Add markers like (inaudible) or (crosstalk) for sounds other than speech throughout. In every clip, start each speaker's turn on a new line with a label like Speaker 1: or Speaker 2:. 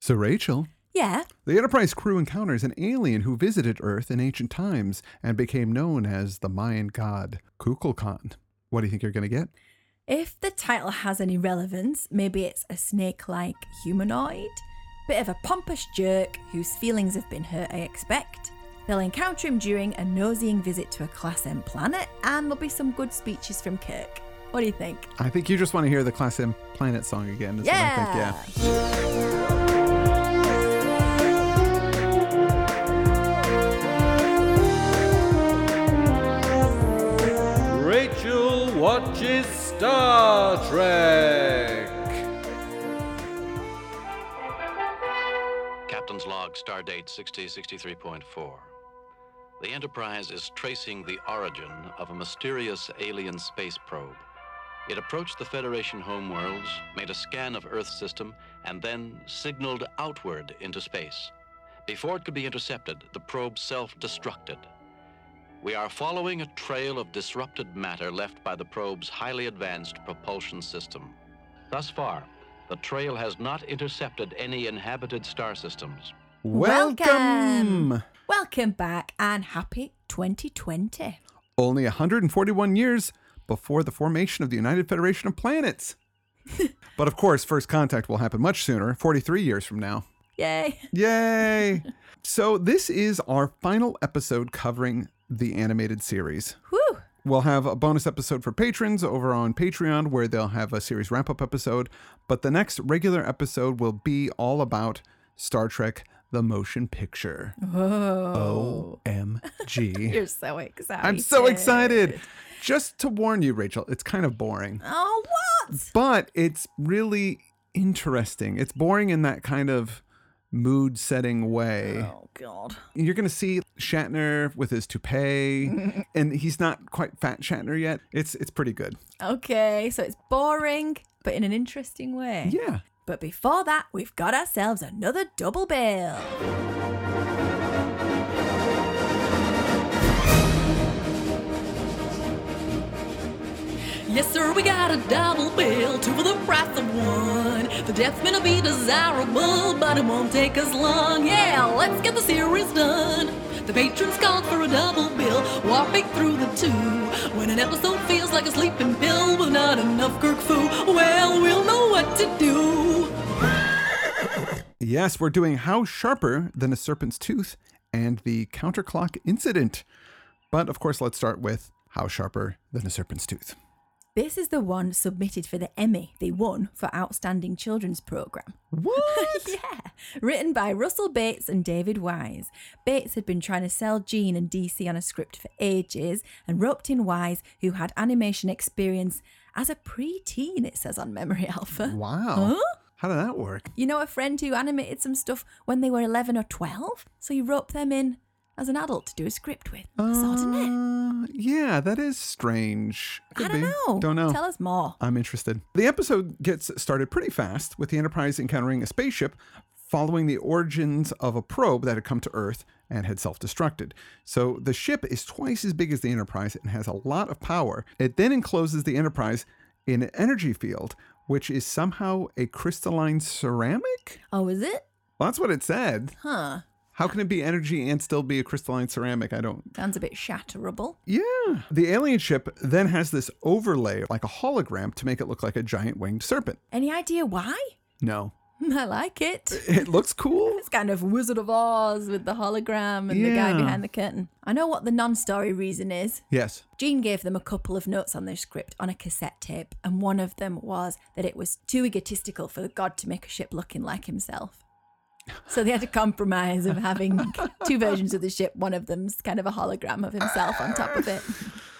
Speaker 1: So, Rachel,
Speaker 2: Yeah.
Speaker 1: the Enterprise crew encounters an alien who visited Earth in ancient times and became known as the Mayan god Kukulkan. What do you think you're going to get?
Speaker 2: If the title has any relevance, maybe it's a snake like humanoid. Bit of a pompous jerk whose feelings have been hurt, I expect. They'll encounter him during a nosying visit to a Class M planet, and there'll be some good speeches from Kirk. What do you think?
Speaker 1: I think you just want to hear the Class M Planet song again. Is What I think. Yeah.
Speaker 3: Rachel watches Star Trek.
Speaker 4: Captain's log, stardate 6063.4. The Enterprise is tracing the origin of a mysterious alien space probe. It approached the Federation homeworlds, made a scan of Earth's system, and then signaled outward into space. Before it could be intercepted, the probe self destructed. We are following a trail of disrupted matter left by the probe's highly advanced propulsion system. Thus far, the trail has not intercepted any inhabited star systems.
Speaker 2: Welcome. Welcome back and happy 2020.
Speaker 1: Only 141 years before the formation of the United Federation of Planets. but of course, first contact will happen much sooner, 43 years from now.
Speaker 2: Yay. (laughs)
Speaker 1: Yay! (laughs) so, this is our final episode covering the animated series.
Speaker 2: Whew.
Speaker 1: We'll have a bonus episode for patrons over on Patreon where they'll have a series wrap up episode. But the next regular episode will be all about Star Trek the motion picture.
Speaker 2: Oh.
Speaker 1: OMG.
Speaker 2: (laughs) You're so excited.
Speaker 1: I'm so excited. Just to warn you, Rachel, it's kind of boring,
Speaker 2: Oh, what?
Speaker 1: but it's really interesting. It's boring in that kind of mood setting way.
Speaker 2: Oh, God.
Speaker 1: You're going to see Shatner with his
Speaker 2: (laughs)
Speaker 1: toupee, and he's not quite fat Shatner yet. It's it's pretty good.
Speaker 2: Okay, so it's boring, but in an interesting way.
Speaker 1: Yeah.
Speaker 2: But before that, we've got ourselves another double bill. Yes, sir, we got a double bill, two for the price of one. The death may not be desirable, but it won't take us long. Yeah, let's get the series done. The patrons called for a double bill, warping through the two. When an episode feels like a sleeping pill with not enough Kirk foo, well, we'll know what to do.
Speaker 1: Yes, we're doing How Sharper Than a Serpent's Tooth and the Counterclock Incident. But of course, let's start with How Sharper Than a Serpent's
Speaker 2: (laughs)
Speaker 1: Tooth.
Speaker 2: This is the one submitted for the Emmy they won for Outstanding Children's Programme. (laughs)
Speaker 1: What?
Speaker 2: yeah. Written by Russell Bates and David Wise. Bates had been trying to sell Gene and DC on a script for ages and roped in Wise, who had animation experience as a preteen, it says on Memory (laughs) Alpha.
Speaker 1: Wow.
Speaker 2: Huh?
Speaker 1: How did that work?
Speaker 2: You know a friend who animated some stuff when they were 11 or 12? So you rope them in as an adult to do a script with. That's odd, isn't it?
Speaker 1: Uh, yeah, that is strange.
Speaker 2: I
Speaker 1: Could
Speaker 2: don't
Speaker 1: be.
Speaker 2: know.
Speaker 1: Don't know.
Speaker 2: Tell us more.
Speaker 1: I'm interested. The episode gets started pretty fast with the Enterprise encountering a spaceship following the origins of a probe that had come to Earth and had self destructed. So the ship is twice as big as the Enterprise and has a lot of power. It then encloses the Enterprise in an energy field, which is somehow a crystalline ceramic?
Speaker 2: Oh, is it?
Speaker 1: Well, that's what it said.
Speaker 2: Huh.
Speaker 1: How can it be energy and still be a crystalline ceramic? I don't
Speaker 2: Sounds a bit shatterable.
Speaker 1: yeah. The alien ship then has this overlay, like a hologram, to make it look like a giant winged serpent.
Speaker 2: Any idea why? (laughs)
Speaker 1: No.
Speaker 2: I
Speaker 1: (laughs)
Speaker 2: like (laughs) it.
Speaker 1: It looks cool.
Speaker 2: It's kind of Wizard of Oz with the hologram and the guy
Speaker 1: Yeah.
Speaker 2: behind the curtain. I know what the non story reason is.
Speaker 1: Yes.
Speaker 2: Gene gave them a couple of notes on their script on a cassette tape, and one of them was that it was too egotistical for God to make a ship looking like himself. So they had a compromise of
Speaker 1: (laughs)
Speaker 2: having two versions of the ship. One of them's kind of a hologram of himself on top of it.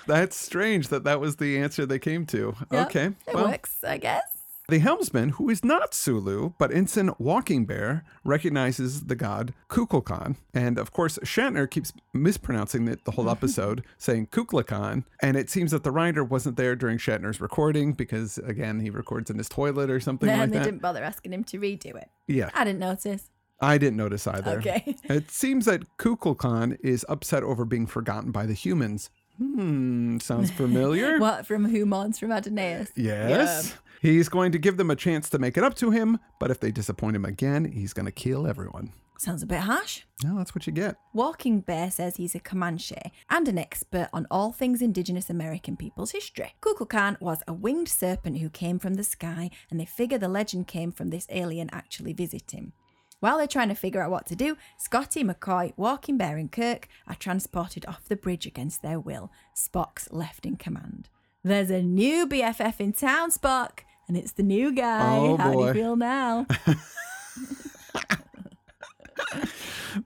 Speaker 1: That's strange that that was the answer they came to.
Speaker 2: Yep,
Speaker 1: okay.
Speaker 2: It
Speaker 1: well,
Speaker 2: works, I guess.
Speaker 1: the helmsman, who is not Sulu, but Ensign Walking Bear, recognizes the god Kukulkan. And of course, Shatner keeps mispronouncing it the
Speaker 2: (laughs)
Speaker 1: whole episode, saying Kukulkan. And it seems that the writer wasn't there during Shatner's recording because, again, he records in his toilet or something
Speaker 2: And
Speaker 1: like
Speaker 2: they
Speaker 1: that.
Speaker 2: didn't bother asking him to redo it.
Speaker 1: Yeah.
Speaker 2: I didn't notice.
Speaker 1: I didn't notice either.
Speaker 2: Okay.
Speaker 1: It seems that Kukulkan is upset over being forgotten by the humans. Hmm, sounds
Speaker 2: (laughs)
Speaker 1: familiar.
Speaker 2: What from who? Mons from Adonais.
Speaker 1: yes. He's going to give them a chance to make it up to him, but if they disappoint him again, he's going to kill everyone.
Speaker 2: Sounds a bit harsh.
Speaker 1: Well, that's what you get.
Speaker 2: Walking Bear says he's a Comanche and an expert on all things indigenous American people's history. Kukulkan was a winged serpent who came from the sky, and they figure the legend came from this alien actually visiting. While they're trying to figure out what to do, Scotty, McCoy, Walking Bear, and Kirk are transported off the bridge against their will. Spock's left in command. There's a new BFF in town, Spock, and it's the new guy.
Speaker 1: Oh,
Speaker 2: How do
Speaker 1: boy.
Speaker 2: you feel now?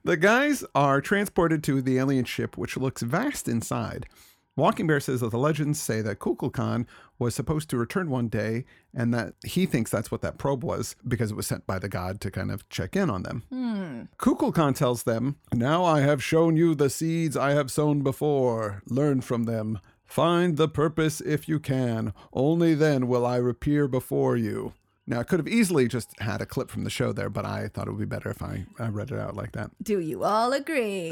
Speaker 1: The guys are transported to the alien ship, which looks vast inside. Walking Bear says that the legends say that Kukulkan was supposed to return one day, and that he thinks that's what that probe was because it was sent by the god to kind of check in on them. Kukulkan tells them, Now I have shown you the seeds I have sown before. Learn from them. Find the purpose if you can. Only then will I appear before you. Now, I could have easily just had a clip from the show there, but I thought it would be better if I, I read it out like that.
Speaker 2: do you all agree?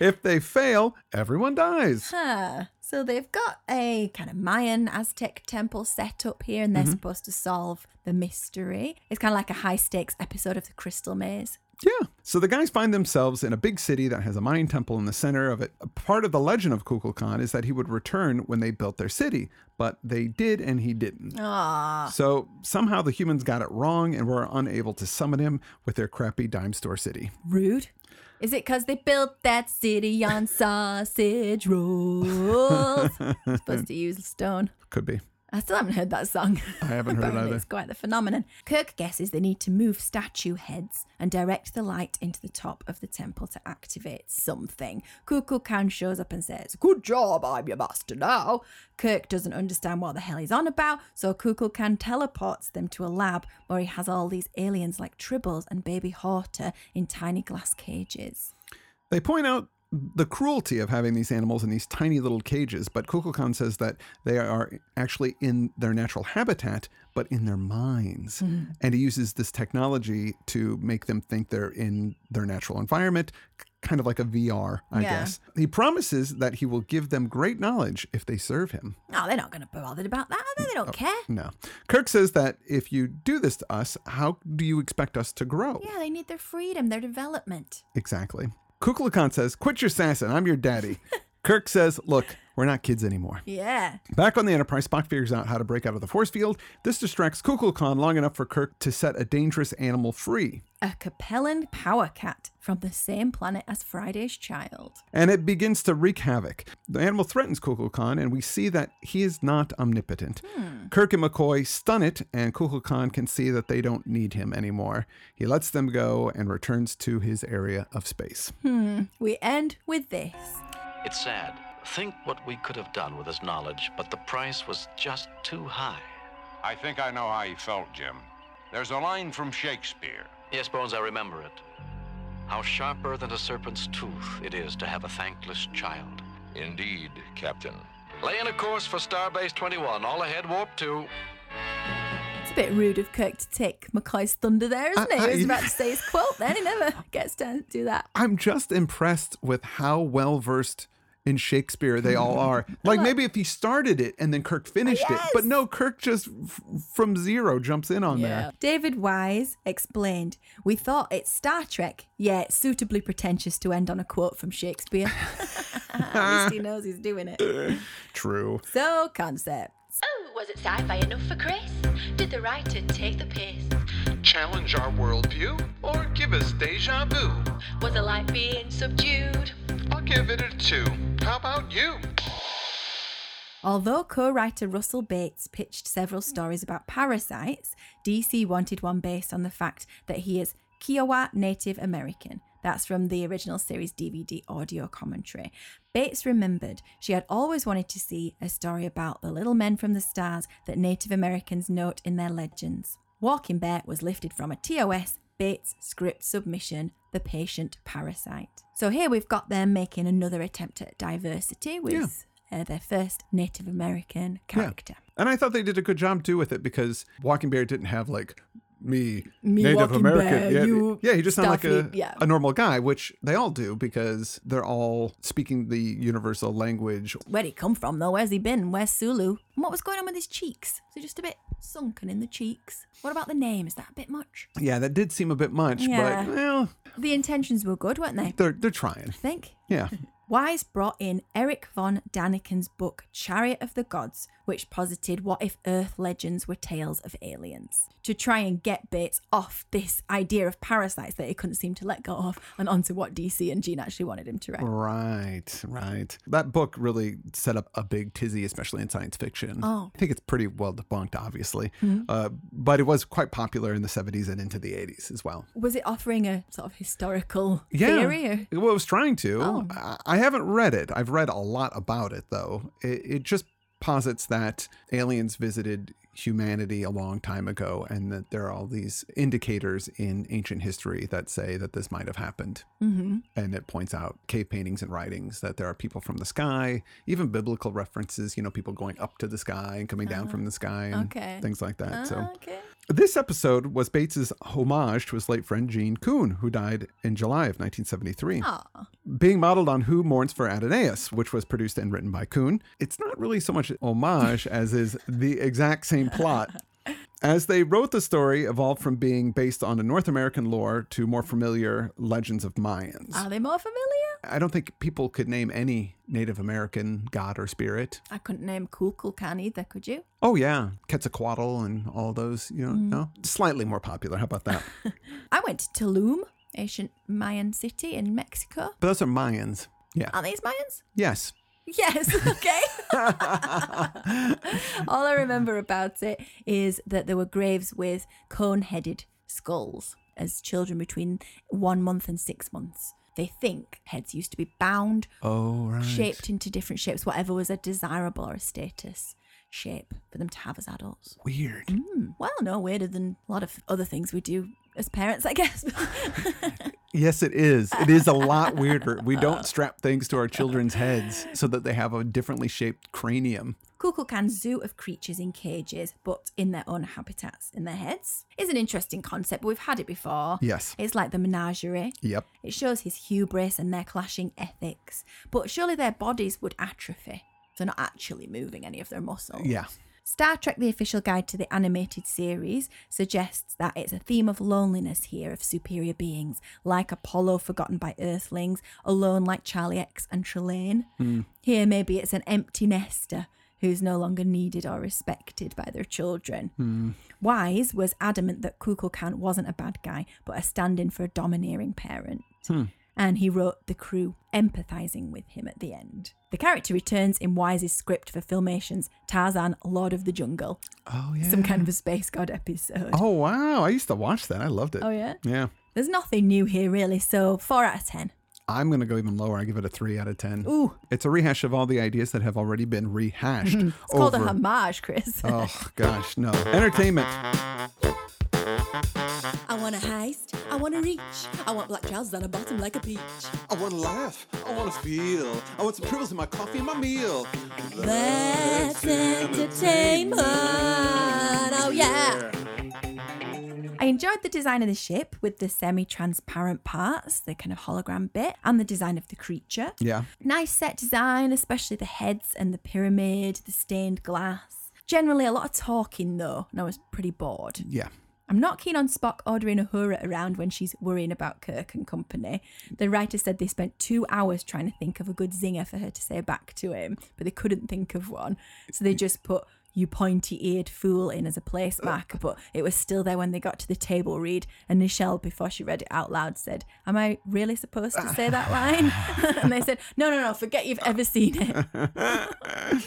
Speaker 1: If they fail, everyone
Speaker 2: (laughs)
Speaker 1: dies.
Speaker 2: Huh. So they've got a kind of Mayan Aztec temple set up here, and they're supposed to solve the mystery. It's kind of like a high stakes episode of the Crystal Maze.
Speaker 1: Yeah. So the guys find themselves in a big city that has a Mayan temple in the center of it. Part of the legend of Kukulkan is that he would return when they built their city, but they did and he didn't. So somehow the humans got it wrong and were unable to summon him with their crappy dime store city.
Speaker 2: Rude. Is it because they built that city on sausage rolls? supposed to use stone.
Speaker 1: Could be.
Speaker 2: I still haven't heard that song.
Speaker 1: I haven't heard it
Speaker 2: Apparently
Speaker 1: either.
Speaker 2: It's quite the phenomenon. Kirk guesses they need to move statue heads and direct the light into the top of the temple to activate something. Kukulkan shows up and says, Good job, I'm your master now. Kirk doesn't understand what the hell he's on about, so Kukulkan teleports them to a lab where he has all these aliens like Tribbles and Baby Horta in tiny glass cages.
Speaker 1: They point out the cruelty of having these animals in these tiny little cages, but Kukulkan says that they are actually in their natural habitat, but in their minds. And he uses this technology to make them think they're in their natural environment, k- kind of like a VR, I
Speaker 2: Yeah.
Speaker 1: guess. He promises that he will give them great knowledge if they serve him.
Speaker 2: No, they're not going to be bothered about that, are they? They
Speaker 1: Oh.
Speaker 2: don't care.
Speaker 1: No. Kirk says that if you do this to us, how do you expect us to grow?
Speaker 2: Yeah, they need their freedom, their development.
Speaker 1: Exactly. Kukulkan says, Quit your sassin', I'm your daddy. Kirk says, Look, we're not kids anymore.
Speaker 2: Yeah.
Speaker 1: Back on the Enterprise, Spock figures out how to break out of the force field. This distracts Kukulkan long enough for Kirk to set a dangerous animal free.
Speaker 2: a Capellan power cat from the same planet as Friday's Child.
Speaker 1: And it begins to wreak havoc. The animal threatens Kukulkan, and we see that he is not omnipotent. Kirk and McCoy stun it, and Kukulkan can see that they don't need him anymore. He lets them go and returns to his area of space.
Speaker 2: We end with this.
Speaker 4: It's sad. Think what we could have done with this knowledge, but the price was just too high.
Speaker 5: I think I know how you felt, Jim. There's a line from Shakespeare.
Speaker 4: Yes, Bones, I remember it. How sharper than a serpent's tooth it is to have a thankless child.
Speaker 6: Indeed, Captain.
Speaker 4: Lay in a course for Starbase 21, all ahead, warp 2.
Speaker 2: It's a bit rude of Kirk to take McCoy's thunder there, isn't it?
Speaker 1: I-
Speaker 2: He was about to say his quote, then he never (laughs) gets to do that.
Speaker 1: I'm just impressed with how well versed in Shakespeare they
Speaker 2: (laughs)
Speaker 1: all are. Like maybe if he started it and then Kirk finished it, but no, Kirk just f- from zero jumps in on there.
Speaker 2: David Wise explained, We thought it's Star Trek, yet it's suitably pretentious to end on a quote from Shakespeare. (laughs) At least he knows he's
Speaker 1: (laughs)
Speaker 2: doing it.
Speaker 1: True.
Speaker 2: So, concept.
Speaker 7: Oh, was it sci fi enough for Chris? Did the writer take the piss?
Speaker 8: challenge our worldview, or give us deja vu.
Speaker 7: Was the light being subdued?
Speaker 8: I'll give it a two. How about you?
Speaker 2: Although co writer Russell Bates pitched several stories about parasites, DC wanted one based on the fact that he is Kiowa Native American. That's from the original series DVD audio commentary. Bates remembered she had always wanted to see a story about the little men from the stars that Native Americans note in their legends. Walking Bear was lifted from a TOS Bates script submission, The Patient Parasite. So here we've got them making another attempt at diversity with
Speaker 1: Yeah.
Speaker 2: uh, their first Native American character.
Speaker 1: And I thought they did a good job too with it because Walking Bear didn't have like me,
Speaker 2: Me
Speaker 1: Native
Speaker 2: walking
Speaker 1: American.
Speaker 2: back,
Speaker 1: yeah,
Speaker 2: you
Speaker 1: yeah, he just sounds like a,
Speaker 2: stuffy- yeah.
Speaker 1: a normal guy, which they all do because they're all speaking the universal language.
Speaker 2: Where'd he come from though? Where's he been? Where's Sulu? And what was going on with his cheeks? Was he just a bit sunken in the cheeks? What about the name? Is that a bit much?
Speaker 1: Yeah, that did seem a bit much,
Speaker 2: Yeah.
Speaker 1: but well,
Speaker 2: The intentions were good, weren't they?
Speaker 1: they're they're trying.
Speaker 2: I think.
Speaker 1: Yeah.
Speaker 2: Wise brought in Eric von Daniken's book Chariot of the Gods, which posited what if Earth legends were tales of aliens, to try and get Bates off this idea of parasites that he couldn't seem to let go of and onto what DC and Gene actually wanted him to write.
Speaker 1: Right, right. That book really set up a big tizzy, especially in science fiction.
Speaker 2: Oh.
Speaker 1: I think it's pretty well debunked, obviously, uh, but it was quite popular in the 70s and into the 80s as well.
Speaker 2: Was it offering a sort of historical
Speaker 1: Yeah.
Speaker 2: theory? Or?
Speaker 1: Well, I was trying to.
Speaker 2: Oh.
Speaker 1: I, I haven't read it. I've read a lot about it, though. It, it just posits that aliens visited humanity a long time ago and that there are all these indicators in ancient history that say that this might have happened.
Speaker 2: Mm-hmm.
Speaker 1: and it points out cave paintings and writings that there are people from the sky, even biblical references, you know, people going up to the sky and coming down from the sky and
Speaker 2: Uh-huh. okay. Ah,
Speaker 1: things like that. So
Speaker 2: okay.
Speaker 1: this episode was Bates's homage to his late friend Gene Kuhn, who died in July of 1973.
Speaker 2: Ah,
Speaker 1: Being modeled on Who Mourns for Adonais, which was produced and written by Kuhn, it's not really so much homage as is the exact same plot. As they wrote the story, evolved from being based on a North American lore to more familiar legends of Mayans.
Speaker 2: are they more familiar?
Speaker 1: I don't think people could name any Native American god or spirit.
Speaker 2: I couldn't name Kukulkan either, could you?
Speaker 1: Oh yeah, Quetzalcoatl and all those. You know, no, slightly more popular. How about that?
Speaker 2: I went to Tulum, ancient Mayan city in Mexico.
Speaker 1: but those are Mayans. Yeah.
Speaker 2: Are these Mayans? (laughs)
Speaker 1: Yes.
Speaker 2: Yes,
Speaker 1: (laughs)
Speaker 2: (laughs) okay. All I remember about it is that there were graves with cone headed skulls as children between one month and six months. They think heads used to be bound,
Speaker 1: Oh right.
Speaker 2: shaped into different shapes, whatever was a desirable or a status shape for them to have as adults.
Speaker 1: Weird.
Speaker 2: Hmm. Well, no, weirder than a lot of other things we do as parents, I guess. (laughs)
Speaker 1: Yes, it is. It is a lot weirder. We don't strap things to our children's heads so that they have a differently shaped cranium.
Speaker 2: Kukulkan zoo of creatures in cages, but in their own habitats, in their heads, is an interesting concept. But we've had it before.
Speaker 1: Yes.
Speaker 2: It's like the menagerie.
Speaker 1: Yep.
Speaker 2: It shows his hubris and their clashing ethics. But surely their bodies would atrophy. They're not actually moving any of their muscles.
Speaker 1: Yeah.
Speaker 2: Star Trek, the official guide to the animated series, suggests that it's a theme of loneliness here of superior beings, like Apollo forgotten by Earthlings, alone like Charlie X and Trelane. Here, maybe it's an empty nester who's no longer needed or respected by their children. Wise was adamant that Kukulkan wasn't a bad guy, but a stand in for a domineering parent. And he wrote the crew empathizing with him at the end. The character returns in Wise's script for Filmation's Tarzan, Lord of the Jungle,
Speaker 1: Oh yeah.
Speaker 2: some kind of a space god episode.
Speaker 1: Oh wow! I used to watch that. I loved it.
Speaker 2: Oh, yeah?
Speaker 1: Yeah.
Speaker 2: There's nothing new here, really, so 4 out of 10.
Speaker 1: I'm going to go even lower. I give it a three out of 10.
Speaker 2: Ooh.
Speaker 1: It's a rehash of all the ideas that have already been rehashed.
Speaker 2: Mm-hmm. It's called a homage, Chris.
Speaker 1: Oh, gosh, no. Entertainment.
Speaker 2: (laughs) I want a heist, I want to reach, I want black trousers on a bottom like a peach.
Speaker 1: I want to laugh. I want to feel. I want some pringles in my coffee and my meal.
Speaker 2: That's entertainment. Oh, yeah. I enjoyed the design of the ship with the semi transparent parts, the kind of hologram bit, and the design of the creature.
Speaker 1: Yeah.
Speaker 2: Nice set design, especially the heads and the pyramid, the stained glass. Generally, a lot of talking though, and I was pretty bored.
Speaker 1: Yeah.
Speaker 2: I'm not keen on Spock ordering Uhura around when she's worrying about Kirk and company. The writer said they spent two hours trying to think of a good zinger for her to say back to him, but they couldn't think of one. So they just put you pointy eared fool in as a placemarker, but it was still there when they got to the table read. And Nichelle, before she read it out loud, said, Am I really supposed to say that line? (laughs) and they said, No, no, no, forget you've ever seen it.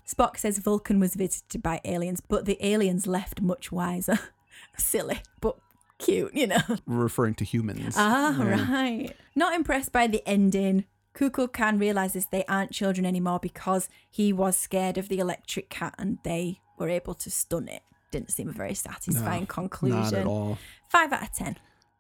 Speaker 2: Spock says Vulcan was visited by aliens, but the aliens left much wiser. (laughs) Silly, but cute, you know.
Speaker 1: Referring to humans.
Speaker 2: (laughs) Ah, right. Not impressed by the ending. Kukulkan realizes they aren't children anymore because he was scared of the electric cat and they were able to stun it. Didn't seem a very satisfying conclusion.
Speaker 1: Not at all.
Speaker 2: Five out of ten.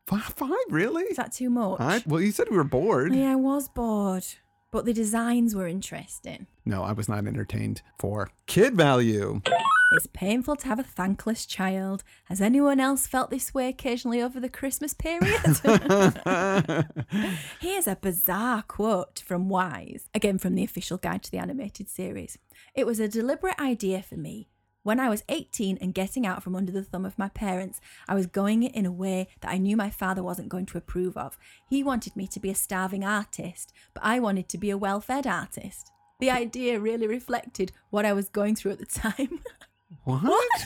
Speaker 1: Five, five really?
Speaker 2: Is that too much?
Speaker 1: I, well, you said we were bored.
Speaker 2: Yeah, I was bored. but the designs were interesting.
Speaker 1: No, I was not entertained for kid value. (laughs)
Speaker 2: It's painful to have a thankless child. Has anyone else felt this way occasionally over the Christmas period?
Speaker 1: (laughs)
Speaker 2: Here's a bizarre quote from Wise, again from the official guide to the animated series. It was a deliberate idea for me. When I was 18 and getting out from under the thumb of my parents, I was going it in a way that I knew my father wasn't going to approve of. He wanted me to be a starving artist, but I wanted to be a well fed artist. The idea really reflected what I was going through at the (laughs) time.
Speaker 1: What?
Speaker 2: What?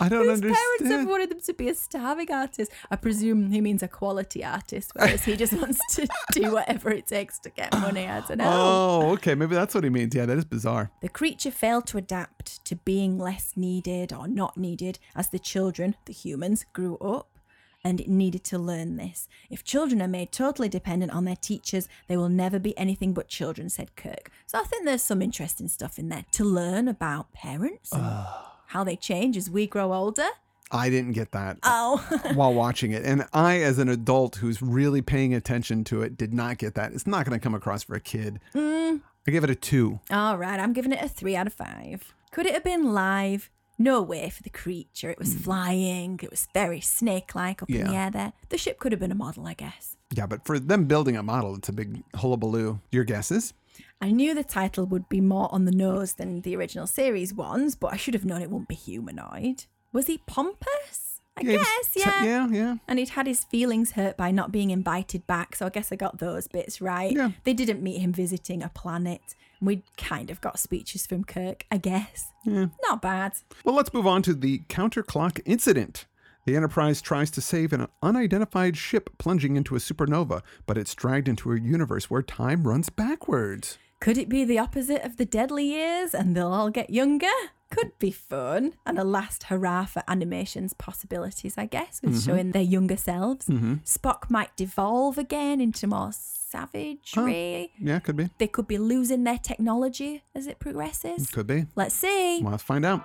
Speaker 1: I don't
Speaker 2: Whose parents have
Speaker 1: understand.
Speaker 2: wanted them to be a starving artist? I presume he means a quality artist, whereas he just wants
Speaker 1: (laughs)
Speaker 2: to do whatever it takes to get money. I don't know.
Speaker 1: Oh, okay. Maybe that's what he means. Yeah, that is bizarre.
Speaker 2: The creature failed to adapt to being less needed or not needed as the children, the humans, grew up, and it needed to learn this. If children are made totally dependent on their teachers, they will never be anything but children, said Kirk. So I think there's some interesting stuff in there to learn about parents and
Speaker 1: Ah.
Speaker 2: how they change as we grow older.
Speaker 1: I didn't get that
Speaker 2: Oh,
Speaker 1: (laughs) while watching it. And I, as an adult who's really paying attention to it, did not get that. It's not going to come across for a kid.
Speaker 2: Mm.
Speaker 1: I gave it a two.
Speaker 2: all right, I'm giving it a three out of five. Could it have been live? No way for the creature. It was flying. It was very snake like up in the
Speaker 1: Hmm. Yeah.
Speaker 2: air there. The ship could have been a model, I guess.
Speaker 1: Yeah, but for them building a model, it's a big hullabaloo. Your guesses?
Speaker 2: I knew the title would be more on the nose than the original series ones, but I should have known it wouldn't be humanoid. Was he pompous? I
Speaker 1: he
Speaker 2: guess,
Speaker 1: was t-
Speaker 2: yeah.
Speaker 1: Yeah, yeah.
Speaker 2: And he'd had his feelings hurt by not being invited back, so I guess I got those bits right.
Speaker 1: Yeah.
Speaker 2: They didn't meet him visiting a planet. We kind of got speeches from Kirk, I guess. Not bad.
Speaker 1: Well, let's move on to the counterclock incident. The Enterprise tries to save an unidentified ship plunging into a supernova, but it's dragged into a universe where time runs backwards.
Speaker 2: Could it be the opposite of the deadly years and they'll all get younger? Could be fun and a last hurrah for animation's possibilities, I guess, with showing their younger selves. Spock might devolve again into more savagery.
Speaker 1: Yeah, could be.
Speaker 2: They could be losing their technology as it progresses.
Speaker 1: Could be.
Speaker 2: Let's see.
Speaker 1: Well, let's find out.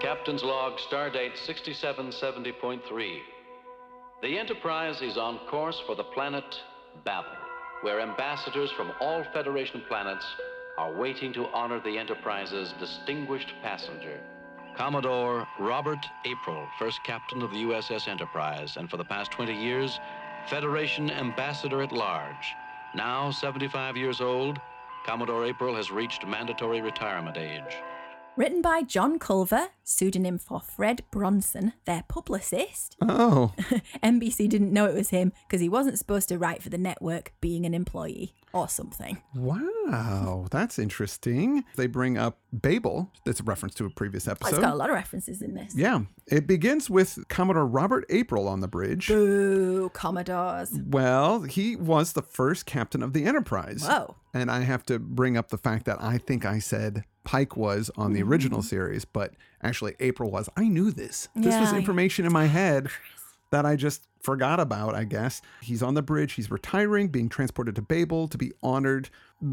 Speaker 4: Captain's log, stardate 6770.3. The Enterprise is on course for the planet Babel, where ambassadors from all Federation planets are waiting to honor the Enterprise's distinguished passenger. Commodore Robert April, first captain of the USS Enterprise, and for the past 20 years, Federation Ambassador at Large. Now 75 years old, Commodore April has reached mandatory retirement age.
Speaker 2: Written by John Culver, pseudonym for Fred Bronson, their publicist. (laughs)
Speaker 1: Oh,
Speaker 2: NBC didn't know it was him because he wasn't supposed to write for the network being an employee or something.
Speaker 1: wow. That's interesting. They bring up Babel. That's a reference to a previous
Speaker 2: Well, it's
Speaker 1: episode.
Speaker 2: got a lot of references in this.
Speaker 1: yeah. It begins with Commodore Robert April on the bridge.
Speaker 2: Boo,
Speaker 1: Mm.
Speaker 2: Commodores.
Speaker 1: Well, he was the first captain of the Enterprise.
Speaker 2: Whoa.
Speaker 1: And I have to bring up the fact that I think I said Pike was on the original
Speaker 2: Mm-hmm.
Speaker 1: series, but actually April was. I knew this. This was
Speaker 2: Yeah.
Speaker 1: information in my head that I just forgot about, I guess. He's on the bridge, he's retiring, being transported to Babel to be honored.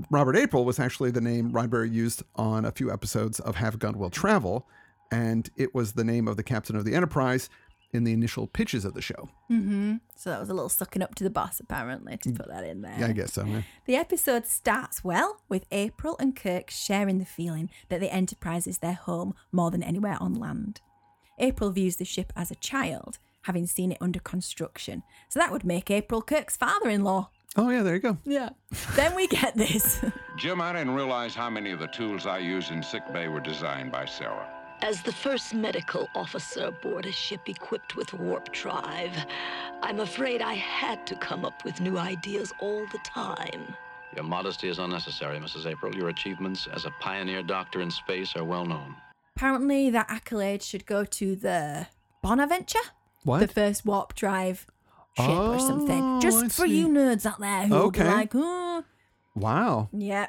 Speaker 1: Robert April was actually the name Roddenberry used on a few episodes of Have Gun Will Travel, and it was the name of the captain of the Enterprise in the initial pitches of the show.
Speaker 2: So that was a little sucking up to the boss, apparently, to put that in there.
Speaker 1: Mm. Yeah, I guess so. yeah.
Speaker 2: The episode starts well with April and Kirk sharing the feeling that the Enterprise is their home more than anywhere on land. April views the ship as a child, having seen it under construction. So that would make April Kirk's father in law.
Speaker 1: Oh, yeah, there you go.
Speaker 2: Yeah. then we get this.
Speaker 1: (laughs)
Speaker 6: Jim, I didn't realize how many of the tools I use in sick bay were designed by Sarah.
Speaker 9: As the first medical officer aboard a ship equipped with warp drive, I'm afraid I had to come up with new ideas all the time.
Speaker 4: Your modesty is unnecessary, Mrs. April. Your achievements as a pioneer doctor in space are well known.
Speaker 2: Apparently, that accolade should go to the Bonaventure,
Speaker 1: What?
Speaker 2: the first warp drive ship or something.
Speaker 1: Oh,
Speaker 2: Just
Speaker 1: I
Speaker 2: for
Speaker 1: see.
Speaker 2: you nerds out there who will be
Speaker 1: Okay.
Speaker 2: like, oh,
Speaker 1: Wow.
Speaker 2: yeah,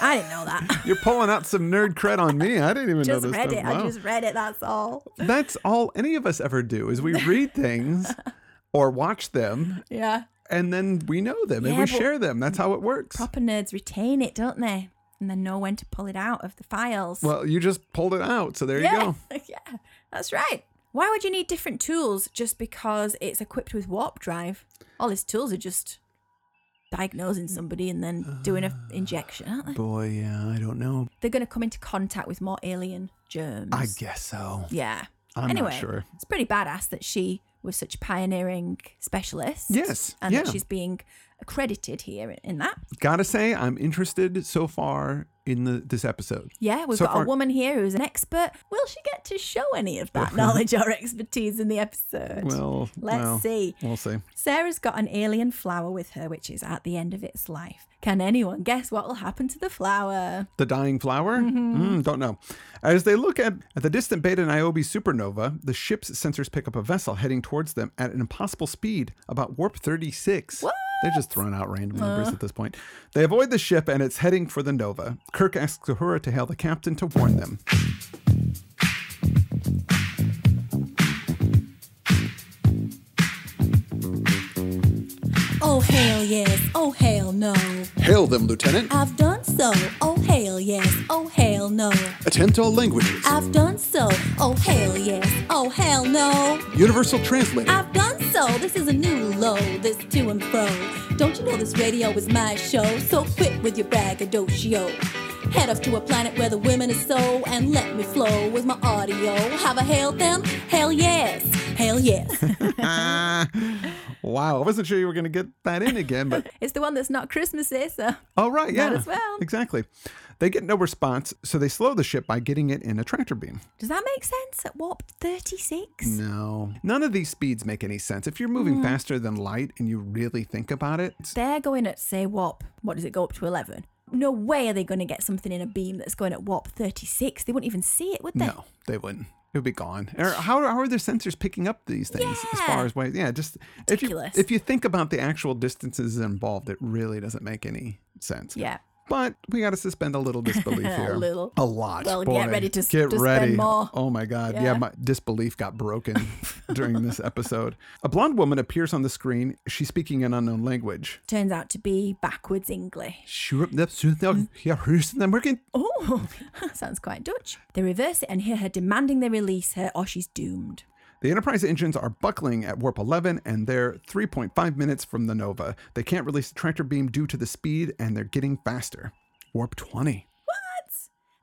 Speaker 2: I didn't
Speaker 1: (laughs)
Speaker 2: know that.
Speaker 1: You're pulling out some nerd cred on me. I didn't even
Speaker 2: just
Speaker 1: know this
Speaker 2: read
Speaker 1: stuff.
Speaker 2: it.
Speaker 1: Wow.
Speaker 2: I just read it. That's all.
Speaker 1: That's all any of us ever do is
Speaker 2: (laughs)
Speaker 1: we read things or watch them
Speaker 2: Yeah,
Speaker 1: and then we know them and
Speaker 2: Yeah,
Speaker 1: we
Speaker 2: but-
Speaker 1: share them. That's how it works.
Speaker 2: proper nerds retain it, don't they? And then know when to pull it out of the files.
Speaker 1: Well, you just pulled it out, so there you
Speaker 2: (laughs) yeah,
Speaker 1: go.
Speaker 2: yeah, that's right.
Speaker 10: Why would you need different tools just because it's equipped with warp drive? All his tools are just diagnosing somebody and then doing an
Speaker 1: Ah.
Speaker 10: injection, aren't they?
Speaker 1: Boy, yeah, I don't know.
Speaker 10: They're going to come into contact with more alien germs.
Speaker 1: I guess so.
Speaker 10: Yeah.
Speaker 1: I'm not
Speaker 10: anyway,
Speaker 1: sure.
Speaker 10: It's pretty badass that she was such a pioneering specialist.
Speaker 1: Yes,
Speaker 10: And
Speaker 1: yeah.
Speaker 10: that she's being accredited here in that.
Speaker 1: Gotta say, I'm interested so far in the this episode.
Speaker 10: Yeah, we've
Speaker 1: So
Speaker 10: got
Speaker 1: far-
Speaker 10: a woman here who's an expert. Will she get to show any of
Speaker 1: (laughs)
Speaker 10: that knowledge or expertise in the episode?
Speaker 1: Well,
Speaker 10: let's
Speaker 1: well,
Speaker 10: see.
Speaker 1: We'll see.
Speaker 10: Sarah's got an alien flower with her, which is at the end of its life. Can anyone guess what will happen to the flower?
Speaker 1: The dying flower? Mm, don't know. As they look at, at the distant Beta Niobe supernova, the ship's sensors pick up a vessel heading towards them at an impossible speed, about warp 36. They're just throwing out random numbers at this point. They avoid the ship and it's heading for the Nova. Kirk asks Uhura to hail the captain to warn them.
Speaker 11: Oh, hell yes. Oh, hell no.
Speaker 12: Hail them, Lieutenant.
Speaker 11: I've done so. Oh, hell yes. Oh, hell no.
Speaker 12: Attempt all languages.
Speaker 11: I've done so. Oh, hell yes. Oh, hell no.
Speaker 12: Universal translator.
Speaker 1: (laughs)
Speaker 11: I've done so. This is a new low. This to and fro. Don't you know this radio is my show? So quit with your braggadocio. Head off to a planet where the women are so and let me flow with my audio. Have I hailed them? Hell yes. Hell yes.
Speaker 1: Ah. wow, I wasn't sure you were going to get that in again, but
Speaker 10: (laughs) It's the one that's not Christmassy, so
Speaker 1: Oh, right. Yeah.
Speaker 10: Might as well.
Speaker 1: Exactly. They get no response, so they slow the ship by getting it in a tractor beam.
Speaker 10: does that make sense? At warp 36?
Speaker 1: No. None of these speeds make any sense. If you're moving
Speaker 10: Mm.
Speaker 1: faster than light and you really think about it, it's-
Speaker 10: They're going at, say, warp, what does it go up to 11? No way are they going to get something in a beam that's going at warp 36. They wouldn't even see it, would they?
Speaker 1: no, they wouldn't. It would be gone. Or how, how are their sensors picking up these things as far
Speaker 10: Yeah.
Speaker 1: as way? Yeah, just if you,
Speaker 10: Ridiculous.
Speaker 1: if you think about the actual distances involved, it really doesn't make any sense.
Speaker 10: Yeah.
Speaker 1: But we got to suspend a little
Speaker 10: (laughs)
Speaker 1: disbelief
Speaker 10: A
Speaker 1: here.
Speaker 10: little.
Speaker 1: A lot.
Speaker 10: Well, get
Speaker 1: Boy,
Speaker 10: ready to s-
Speaker 1: get
Speaker 10: to spend
Speaker 1: ready.
Speaker 10: more.
Speaker 1: Oh my God. Yeah.
Speaker 10: Yeah.
Speaker 1: my disbelief got
Speaker 10: (laughs)
Speaker 1: broken during this episode. A blonde woman appears on the screen. She's speaking an unknown language.
Speaker 10: Turns out to be backwards English.
Speaker 1: Oh,
Speaker 10: Oh, (laughs) sounds quite Dutch. They reverse it and hear her demanding they release her or she's doomed.
Speaker 1: The Enterprise engines are buckling at warp 11 and they're 3.5 minutes from the Nova. They can't release the tractor beam due to the speed and they're getting faster. Warp 20.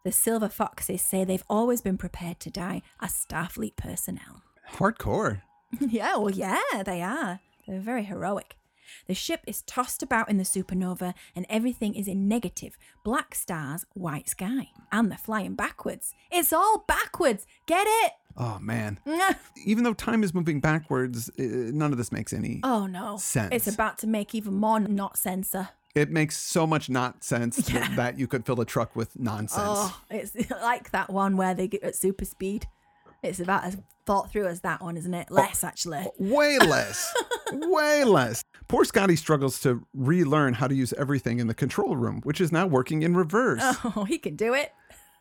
Speaker 10: The Silver Foxes say they've always been prepared to die as Starfleet personnel. (laughs)
Speaker 1: Hardcore.
Speaker 10: yeah, well, yeah, they are. They're very heroic. The ship is tossed about in the supernova and everything is in negative black stars, white sky. And they're flying backwards. It's all backwards. Get
Speaker 1: Oh, man.
Speaker 10: it?
Speaker 1: Even though time is moving backwards, eh, none of this makes any.
Speaker 10: (laughs) Oh, no.
Speaker 1: Sense.
Speaker 10: It's about to make even more not sensor.
Speaker 1: It makes so much not sense
Speaker 10: (laughs)
Speaker 1: th- that you could fill a truck with nonsense.
Speaker 10: Oh, it's (laughs) like that one where they get at super speed. It's about as thought through as that one, isn't
Speaker 1: Oh.
Speaker 10: it? Less actually. (laughs)
Speaker 1: Way less. way less. Poor Scotty struggles to relearn how to use everything in the control room, which is now working in reverse.
Speaker 10: Oh, he can do it.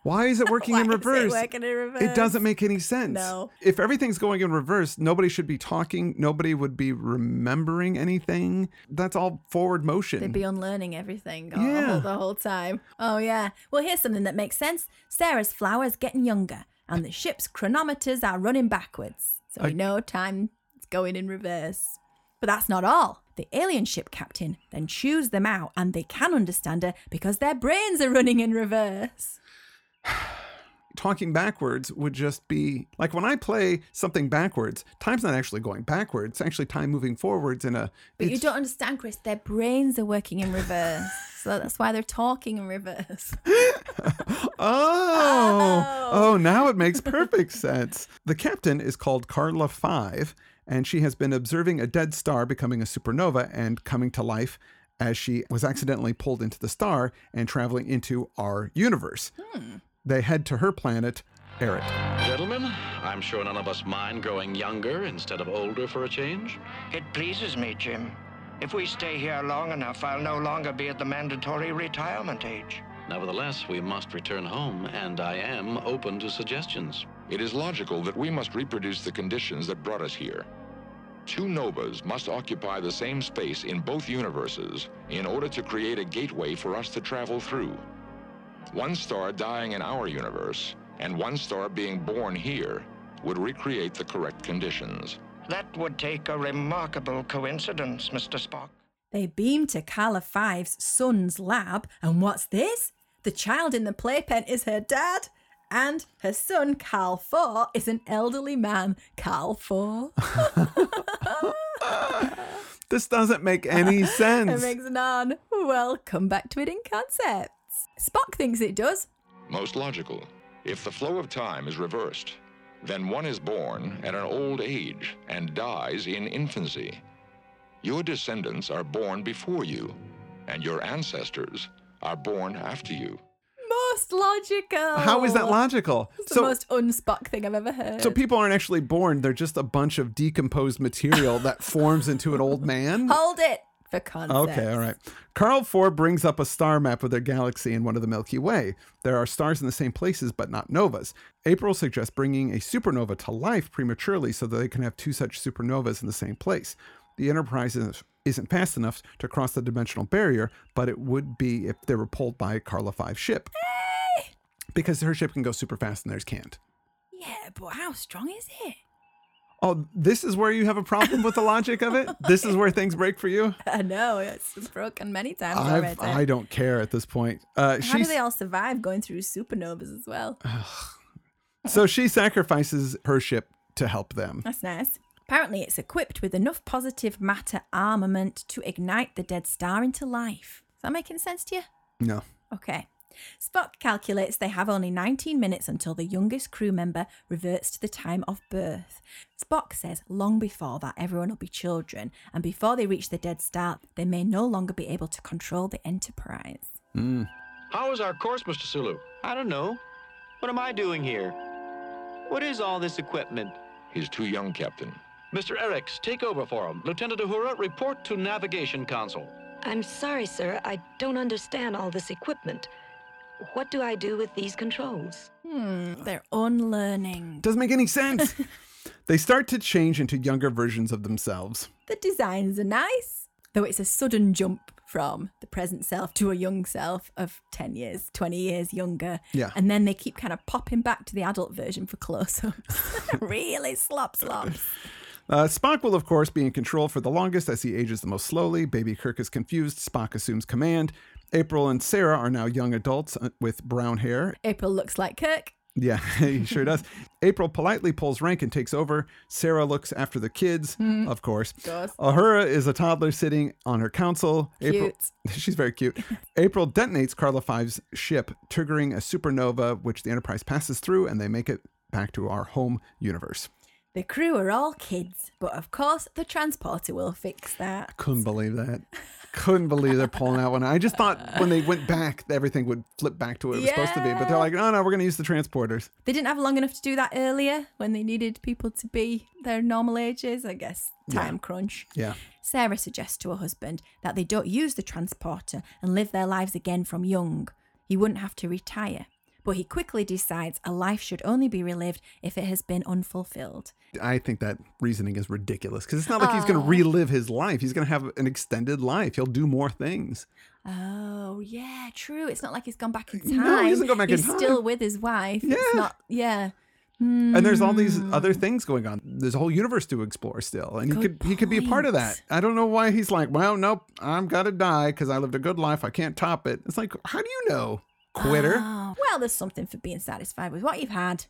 Speaker 1: Why is it working in
Speaker 10: (laughs) Why is it
Speaker 1: reverse?
Speaker 10: working in
Speaker 1: It
Speaker 10: reverse?
Speaker 1: doesn't make any sense.
Speaker 10: No.
Speaker 1: If everything's going in reverse, nobody should be talking. Nobody would be remembering anything. That's all forward motion.
Speaker 10: They'd be unlearning everything uh, all,
Speaker 1: Yeah.
Speaker 10: the whole time. Oh yeah. Well, here's something that makes sense. Sarah's flower's getting younger, and the ship's chronometers are running backwards, so
Speaker 1: I-
Speaker 10: we know time is going in reverse. But that's not all. The alien ship captain then chews them out, and they can understand her because their brains are running in reverse.
Speaker 1: talking backwards would just be like when I play something backwards, time's not actually going backwards, it's actually time moving forwards in a
Speaker 10: But you
Speaker 1: it's-
Speaker 10: don't understand, Chris. Their brains are working in reverse, (laughs) so that's why they're talking in reverse.
Speaker 1: Oh, oh, now it makes perfect sense. The captain is called Carla Five, and she has been observing a dead star becoming a supernova and coming to life as she was accidentally pulled into the star and traveling into our universe.
Speaker 10: Hmm.
Speaker 1: They head to her planet, Eret.
Speaker 4: Gentlemen, I'm sure none of us mind growing younger instead of older for a change.
Speaker 13: It pleases me, Jim. If we stay here long enough, I'll no longer be at the mandatory retirement age.
Speaker 4: Nevertheless, we must return home, and I am open to suggestions.
Speaker 6: It is logical that we must reproduce the conditions that brought us here. Two novas must occupy the same space in both universes in order to create a gateway for us to travel through. One star dying in our universe and one star being born here would recreate the correct conditions.
Speaker 13: That would take a remarkable coincidence, Mr. Spock.
Speaker 10: (laughs) They beam to Carla Five's son's lab, and what's this? The child in the playpen is her dad, and her son, Carl Four, is an elderly man, Carl (laughs) Four.
Speaker 1: This doesn't make
Speaker 10: (laughs)
Speaker 1: any
Speaker 10: it
Speaker 1: sense.
Speaker 10: makes none. Well, come back to it in concepts. Spock thinks it does.
Speaker 6: Most logical. If the flow of time is reversed, then one is born at an old age and dies in infancy. Your descendants are born before you, and your ancestors are born after you.
Speaker 10: Most logical.
Speaker 1: How is that logical?
Speaker 10: It's the
Speaker 1: So,
Speaker 10: most unspock thing I've ever heard.
Speaker 1: so people aren't actually born; they're just a bunch of decomposed material that forms into an old
Speaker 10: (laughs)
Speaker 1: man.
Speaker 10: Hold it for concept.
Speaker 1: Okay, all right. Carl Four brings up a star map of their galaxy and one of the Milky Way. There are stars in the same places, but not novas. April suggests bringing a supernova to life prematurely so that they can have two such supernovas in the same place. The Enterprise is- isn't fast enough to cross the dimensional barrier, but it would be if they were pulled by a Carla Five ship. Because her ship can go super fast and theirs can't.
Speaker 10: Yeah, but how strong is it?
Speaker 1: Oh, this is where you have a problem with the logic of it? This is where things break for
Speaker 10: (laughs)
Speaker 1: you?
Speaker 10: I know it's it's broken many times
Speaker 1: I've,
Speaker 10: already.
Speaker 1: I don't care at this point. Uh,
Speaker 10: how do
Speaker 1: she's-
Speaker 10: they all survive going through supernovas as well?
Speaker 1: So she sacrifices her ship to help them.
Speaker 10: That's nice. Apparently, it's equipped with enough positive matter armament to ignite the dead star into life. Is that making sense to you?
Speaker 1: No.
Speaker 10: Okay. Spock calculates they have only 19 minutes until the youngest crew member reverts to the time of birth. Spock says long before that, everyone will be children, and before they reach the dead star, they may no longer be able to control the Enterprise.
Speaker 14: How is our course, Mr. Sulu? I don't know. What am I doing here? What is all this equipment?
Speaker 6: He's too young, Captain.
Speaker 4: Mr. Eriks, take over for him. Lieutenant Uhura, report to Navigation Console.
Speaker 9: I'm sorry, sir. I don't understand all this equipment. What do I do with these controls?
Speaker 10: Hmm, they're unlearning.
Speaker 1: Doesn't make any sense. they start to change into younger versions of themselves.
Speaker 10: The designs are nice, though it's a sudden jump from the present self to a young self of 10 years, 20 years younger.
Speaker 1: Yeah.
Speaker 10: And then they keep kind of popping back to the adult version for close ups. (laughs) really slop slops.
Speaker 1: Uh, Spock will, of course, be in control for the longest as he ages the most slowly. Baby Kirk is confused. Spock assumes command. April and Sarah are now young adults uh, with brown hair.
Speaker 10: April looks like Kirk.
Speaker 1: Yeah, (laughs) he sure does. April politely pulls rank and takes over. Sarah looks after the kids,
Speaker 10: Hmm.
Speaker 1: of course.
Speaker 10: Of course.
Speaker 1: Ahura is a toddler sitting on her council. April, (laughs) she's very cute. April detonates Carla Five's ship, triggering a supernova, which the Enterprise passes through, and they make it back to our home universe.
Speaker 10: The crew are all kids, but of course the transporter will fix that.
Speaker 1: Couldn't believe that. Couldn't believe they're pulling that one. I just thought when they went back, everything would flip back to what it was supposed to be. But they're like, no, no, we're going to use the transporters.
Speaker 10: They didn't have long enough to do that earlier when they needed people to be their normal ages, I guess. Time crunch.
Speaker 1: Yeah.
Speaker 10: Sarah suggests to her husband that they don't use the transporter and live their lives again from young. He wouldn't have to retire. But he quickly decides a life should only be relived if it has been unfulfilled.
Speaker 1: I think that reasoning is ridiculous because it's not like he's going
Speaker 10: Aw.
Speaker 1: to relive his life. He's going to have an extended life. He'll do more things.
Speaker 10: Oh, yeah, true. It's not like he's gone back in time.
Speaker 1: No, he hasn't gone back in
Speaker 10: He's
Speaker 1: time.
Speaker 10: still with his wife. Yeah. It's not, yeah.
Speaker 1: And there's all these
Speaker 10: Hmm.
Speaker 1: other things going on. There's a whole universe to explore still, and he could
Speaker 10: Good
Speaker 1: he could be a part of that. I don't know why he's like, well, nope, I'm gonna die because I lived a good life. I can't top it. It's like, how do you know, quitter?
Speaker 10: Oh, well, there's something for being satisfied with what you've had.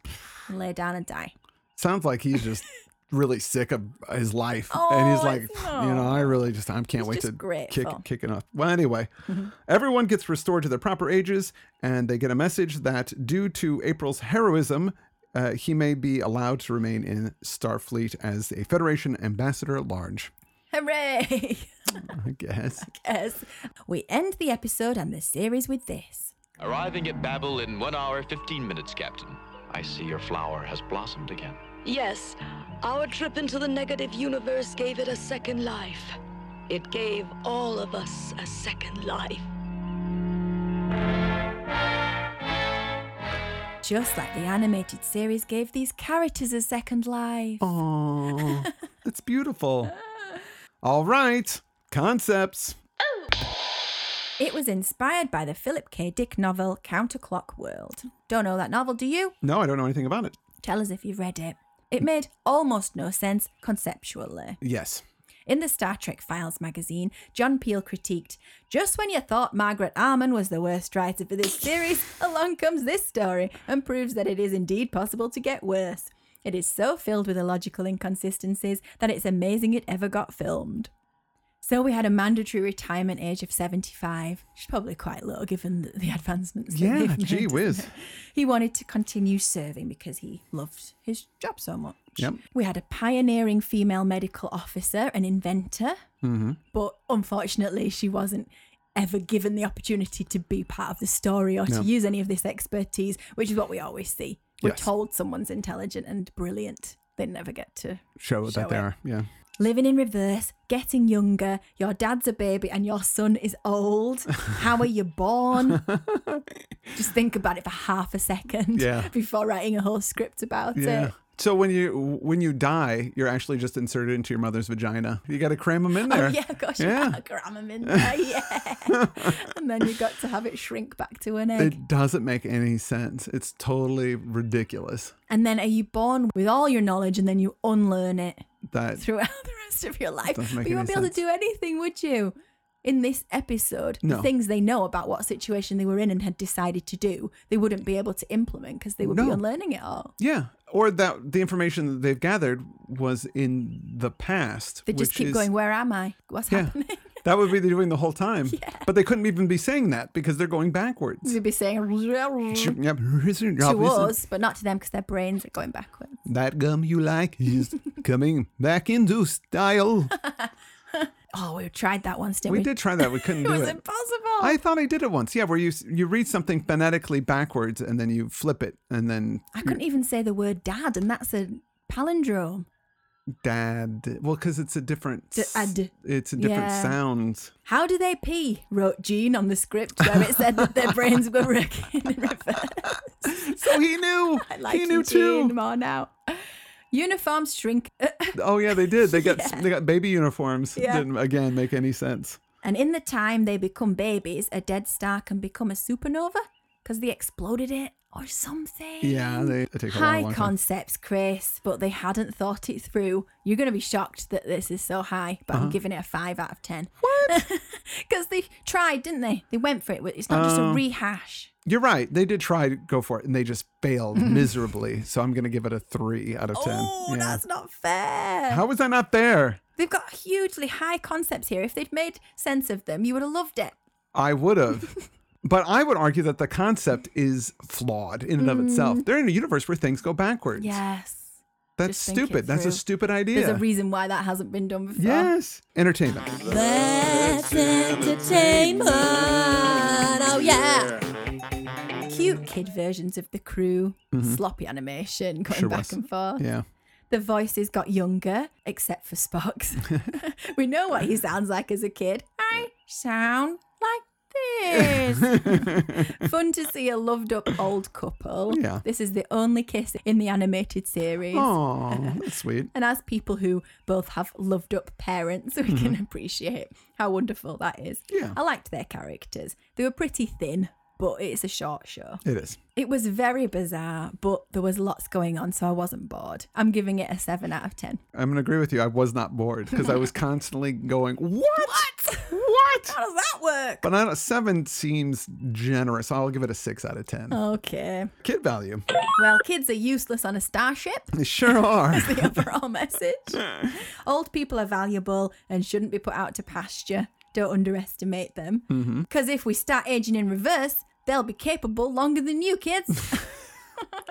Speaker 10: Lay down and die.
Speaker 1: Sounds like he's
Speaker 10: (laughs)
Speaker 1: just really sick of his life, and he's
Speaker 10: Oh,
Speaker 1: like, you know, I really just I can't wait
Speaker 10: just
Speaker 1: to kick
Speaker 10: grateful. Mm-hmm.
Speaker 1: kicking off. Well, anyway, everyone gets restored to their proper ages, and they get a message that due to April's heroism. Uh, he may be allowed to remain in Starfleet as a Federation ambassador at large.
Speaker 10: Hooray! (laughs)
Speaker 1: I guess.
Speaker 10: yes. We end the episode and the series with this.
Speaker 4: Arriving at Babel in one hour, 15 minutes, Captain. I see your flower has blossomed again.
Speaker 9: Yes, our trip into the negative universe gave it a second life. It gave all of us a second life.
Speaker 10: Just like the animated series gave these characters a second life. (laughs)
Speaker 1: Oh, that's beautiful. All right, concepts.
Speaker 10: It was inspired by the Philip K. Dick novel Counterclock World. Don't know that novel, do you?
Speaker 1: No, I don't know anything about it.
Speaker 10: Tell us if you've read it. It made almost no sense conceptually.
Speaker 1: Yes.
Speaker 10: In the Star Trek Files magazine, John Peel critiqued Just when you thought Margaret Arman was the worst writer for this series, along comes this story and proves that it is indeed possible to get worse. It is so filled with illogical inconsistencies that it's amazing it ever got filmed. So we had a mandatory retirement age of 75. She's probably quite low given the, the advancements. that
Speaker 1: Yeah,
Speaker 10: they've made,
Speaker 1: gee
Speaker 10: (laughs) isn't
Speaker 1: whiz.
Speaker 10: it? He wanted to continue serving because he loved his job so much.
Speaker 1: Yep.
Speaker 10: We had a pioneering female medical officer, an inventor,
Speaker 1: Mm-hmm.
Speaker 10: but unfortunately, she wasn't ever given the opportunity to be part of the story or
Speaker 1: No.
Speaker 10: to use any of this expertise, which is what we always see. We're
Speaker 1: Yes.
Speaker 10: told someone's intelligent and brilliant, they never get to
Speaker 1: Show,
Speaker 10: Show
Speaker 1: that they
Speaker 10: it.
Speaker 1: are. Yeah.
Speaker 10: Living in reverse, getting younger, your dad's a baby and your son is old. How are
Speaker 1: (laughs)
Speaker 10: you born? Just think about it for half a second
Speaker 1: Yeah.
Speaker 10: (laughs) before writing a whole script about it.
Speaker 1: So when you when you die, you're actually just inserted into your mother's vagina. You got to cram them in there.
Speaker 10: Oh, yeah, gosh,
Speaker 1: Yeah.
Speaker 10: yeah. you got them in there,
Speaker 1: (laughs)
Speaker 10: yeah. and then you got to have it shrink back to an egg.
Speaker 1: It doesn't make any sense. It's totally ridiculous.
Speaker 10: and then are you born with all your knowledge and then you unlearn it
Speaker 1: That
Speaker 10: throughout (laughs) the rest of your life?
Speaker 1: Doesn't
Speaker 10: But
Speaker 1: make
Speaker 10: you won't
Speaker 1: any
Speaker 10: be able to do anything, would you? In this episode, the
Speaker 1: No.
Speaker 10: things they know about what situation they were in and had decided to do, they wouldn't be able to implement because they would be
Speaker 1: No.
Speaker 10: unlearning it all.
Speaker 1: yeah, or that the information that they've gathered was in the past.
Speaker 10: They just
Speaker 1: which
Speaker 10: keep
Speaker 1: is-
Speaker 10: (laughs) going, Where am I? What's
Speaker 1: Yeah.
Speaker 10: happening? (laughs)
Speaker 1: That would be the doing the whole time. But they couldn't even be saying that because they're going backwards.
Speaker 10: They'd be saying to
Speaker 1: Yep. (laughs)
Speaker 10: us, but not to them because their brains are going backwards.
Speaker 1: That gum you like
Speaker 10: (laughs)
Speaker 1: is coming back into style.
Speaker 10: Oh, we tried that once, didn't we?
Speaker 1: We did try that. We couldn't
Speaker 10: (laughs) it
Speaker 1: do
Speaker 10: was
Speaker 1: it.
Speaker 10: impossible.
Speaker 1: I thought I did it once. Yeah, where you you read something phonetically backwards and then you flip it and then
Speaker 10: I couldn't even say the word dad, and that's a palindrome.
Speaker 1: dad. Well, because it's a different.
Speaker 10: D- ad.
Speaker 1: It's a different
Speaker 10: Yeah. (laughs)
Speaker 1: sound.
Speaker 10: How do they pee? wrote Jean on the script where it said that their brains were working in reverse.
Speaker 1: So he knew.
Speaker 10: I like
Speaker 1: he knew
Speaker 10: Eugene
Speaker 1: too.
Speaker 10: more now. Uniforms shrink.
Speaker 1: (laughs)
Speaker 10: uh,
Speaker 1: Oh yeah, they did.
Speaker 10: (laughs)
Speaker 1: They got they got baby uniforms.
Speaker 10: Yeah.
Speaker 1: Didn't again make any sense.
Speaker 10: And in the time they become babies, a dead star can become a supernova because they exploded it or something.
Speaker 1: Yeah, they it take a long,
Speaker 10: High
Speaker 1: long time.
Speaker 10: concepts, Chris, but they hadn't thought it through. You're going to be shocked that this is so high, but
Speaker 1: Uh-huh.
Speaker 10: I'm giving it a five out of ten. What? (laughs) Because they tried, didn't they? They went for it. It's not just a
Speaker 1: Um,
Speaker 10: rehash.
Speaker 1: You're right. They did try to go for it and they just
Speaker 10: (laughs)
Speaker 1: failed miserably. So I'm gonna give it a three out of ten.
Speaker 10: Oh,
Speaker 1: Yeah.
Speaker 10: that's not fair.
Speaker 1: How was I not there?
Speaker 10: They've got hugely high concepts here. If they'd made sense of them, you would have loved it.
Speaker 1: I would
Speaker 10: (laughs)
Speaker 1: have. but I would argue that the concept is flawed in and of
Speaker 10: Mm-hmm.
Speaker 1: itself. They're in a universe where things go backwards.
Speaker 10: Yes.
Speaker 1: That's
Speaker 10: Just think it
Speaker 1: stupid. That's a
Speaker 10: through.
Speaker 1: stupid
Speaker 10: There's
Speaker 1: idea.
Speaker 10: a reason why that hasn't been done before.
Speaker 1: yes. Entertainment.
Speaker 11: That's entertainment. Oh, yeah.
Speaker 10: Cute kid versions of the crew,
Speaker 1: Mhm.
Speaker 10: sloppy animation going
Speaker 1: Sure
Speaker 10: back
Speaker 1: was.
Speaker 10: and forth. (laughs)
Speaker 1: Yeah.
Speaker 10: The voices got younger, except
Speaker 1: (laughs)
Speaker 10: for Spock's. (laughs) we know what he sounds like as a kid. I sound
Speaker 1: (laughs)
Speaker 10: like this. Fun to see a loved up old couple.
Speaker 1: Yeah.
Speaker 10: This is the only kiss in the animated series.
Speaker 1: Oh, that's sweet.
Speaker 10: And as people who both have loved up parents, we can appreciate how wonderful that is.
Speaker 1: Mm-hmm. Yeah.
Speaker 10: I liked their characters. They were pretty thin, but it's a short show.
Speaker 1: It is.
Speaker 10: It was very bizarre, but there was lots going on, so I wasn't bored. I'm giving it a 7 out of 10.
Speaker 1: I'm gonna agree with you. I was not bored because I
Speaker 10: (laughs)
Speaker 1: was constantly going, What?
Speaker 10: What?
Speaker 1: What?
Speaker 10: (laughs) How does that work?
Speaker 1: But I don't, seven seems generous. I'll give it a six out of ten.
Speaker 10: Oh. Okay.
Speaker 1: Kid value.
Speaker 10: Well, kids are useless on a starship.
Speaker 1: They sure
Speaker 10: (laughs)
Speaker 1: are.
Speaker 10: the overall message.
Speaker 1: (laughs)
Speaker 10: Old people are valuable and shouldn't be put out to pasture. Don't underestimate them.
Speaker 1: Mhm.
Speaker 10: Because if we start aging in reverse, they'll be capable longer than
Speaker 1: (laughs)
Speaker 10: you kids. (laughs)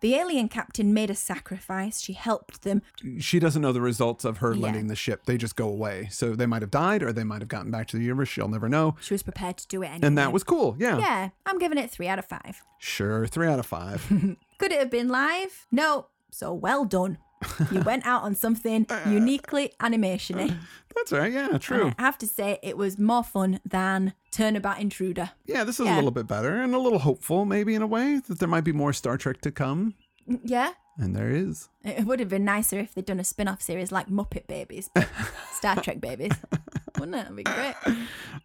Speaker 10: the alien captain made a sacrifice. She helped them.
Speaker 1: she doesn't know the results of her
Speaker 10: Yeah.
Speaker 1: landing the ship. They just go away. So they might have died or they might have gotten back to the universe. She'll never know.
Speaker 10: She was prepared to do it anyway.
Speaker 1: And that was cool. Yeah.
Speaker 10: Yeah, I'm giving it three out of five.
Speaker 1: Sure. Three out of
Speaker 10: (laughs)
Speaker 1: five.
Speaker 10: Could it have been live? No. So well done. You went out
Speaker 1: (laughs)
Speaker 10: on something uniquely animationy.
Speaker 1: That's all right. Yeah. Uh. True.
Speaker 10: And I have to say, it was more fun than Turnabout Intruder.
Speaker 1: Yeah. This is
Speaker 10: Yeah.
Speaker 1: a little bit better and a little hopeful, maybe in a way, that there might be more Star Trek to come.
Speaker 10: Mm, Yeah.
Speaker 1: And there is.
Speaker 10: It would have been nicer if they'd done a spin off series like Muppet Babies,
Speaker 1: (laughs)
Speaker 10: but Star Trek Babies. Wouldn't it? That'd be great.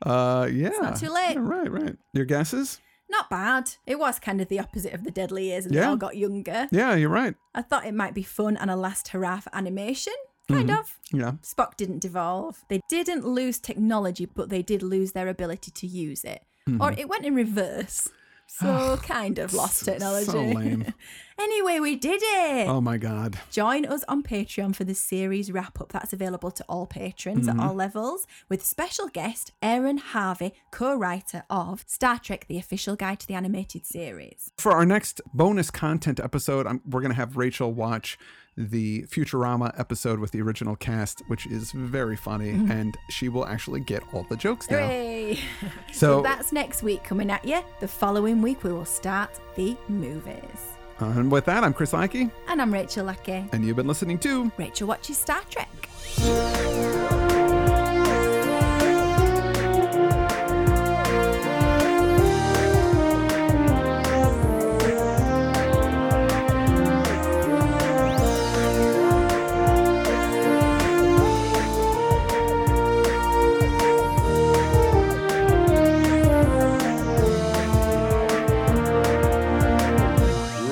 Speaker 1: Uh, yeah.
Speaker 10: not too late.
Speaker 1: Right. Right. Your guesses?
Speaker 10: Not bad. It was kind of the opposite of the Deadly Years, and they
Speaker 1: Yeah.
Speaker 10: all got younger.
Speaker 1: Yeah, you're right.
Speaker 10: I thought it might be fun and a last hurrah for animation. Kind
Speaker 1: Mhm.
Speaker 10: of.
Speaker 1: Yeah.
Speaker 10: Spock didn't devolve. They didn't lose technology, but they did lose their ability to use it.
Speaker 1: Mhm.
Speaker 10: Or it went in reverse.
Speaker 1: (sighs)
Speaker 10: So kind of lost technology.
Speaker 1: So
Speaker 10: (laughs)
Speaker 1: lame.
Speaker 10: anyway, we did it.
Speaker 1: Oh my god.
Speaker 10: Join us on Patreon for the series wrap up that's available to all patrons
Speaker 1: Mhm.
Speaker 10: at all levels with special guest Aaron Harvey, co writer of Star Trek The Official Guide to the Animated Series.
Speaker 1: For our next bonus content episode, I'm, we're going to have Rachel watch the Futurama episode with the original cast, which is very funny,
Speaker 10: Mhm.
Speaker 1: and she will actually get all the jokes now.
Speaker 10: Hooray!
Speaker 1: So-
Speaker 10: that's next week coming at you. The following week, we will start the movies.
Speaker 1: uh, And with that, I'm Chris Lackey,
Speaker 10: And I'm Rachel Lackey.
Speaker 1: and you've been listening to
Speaker 10: Rachel watches Star Trek.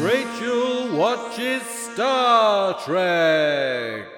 Speaker 3: Rachel watches Star Trek.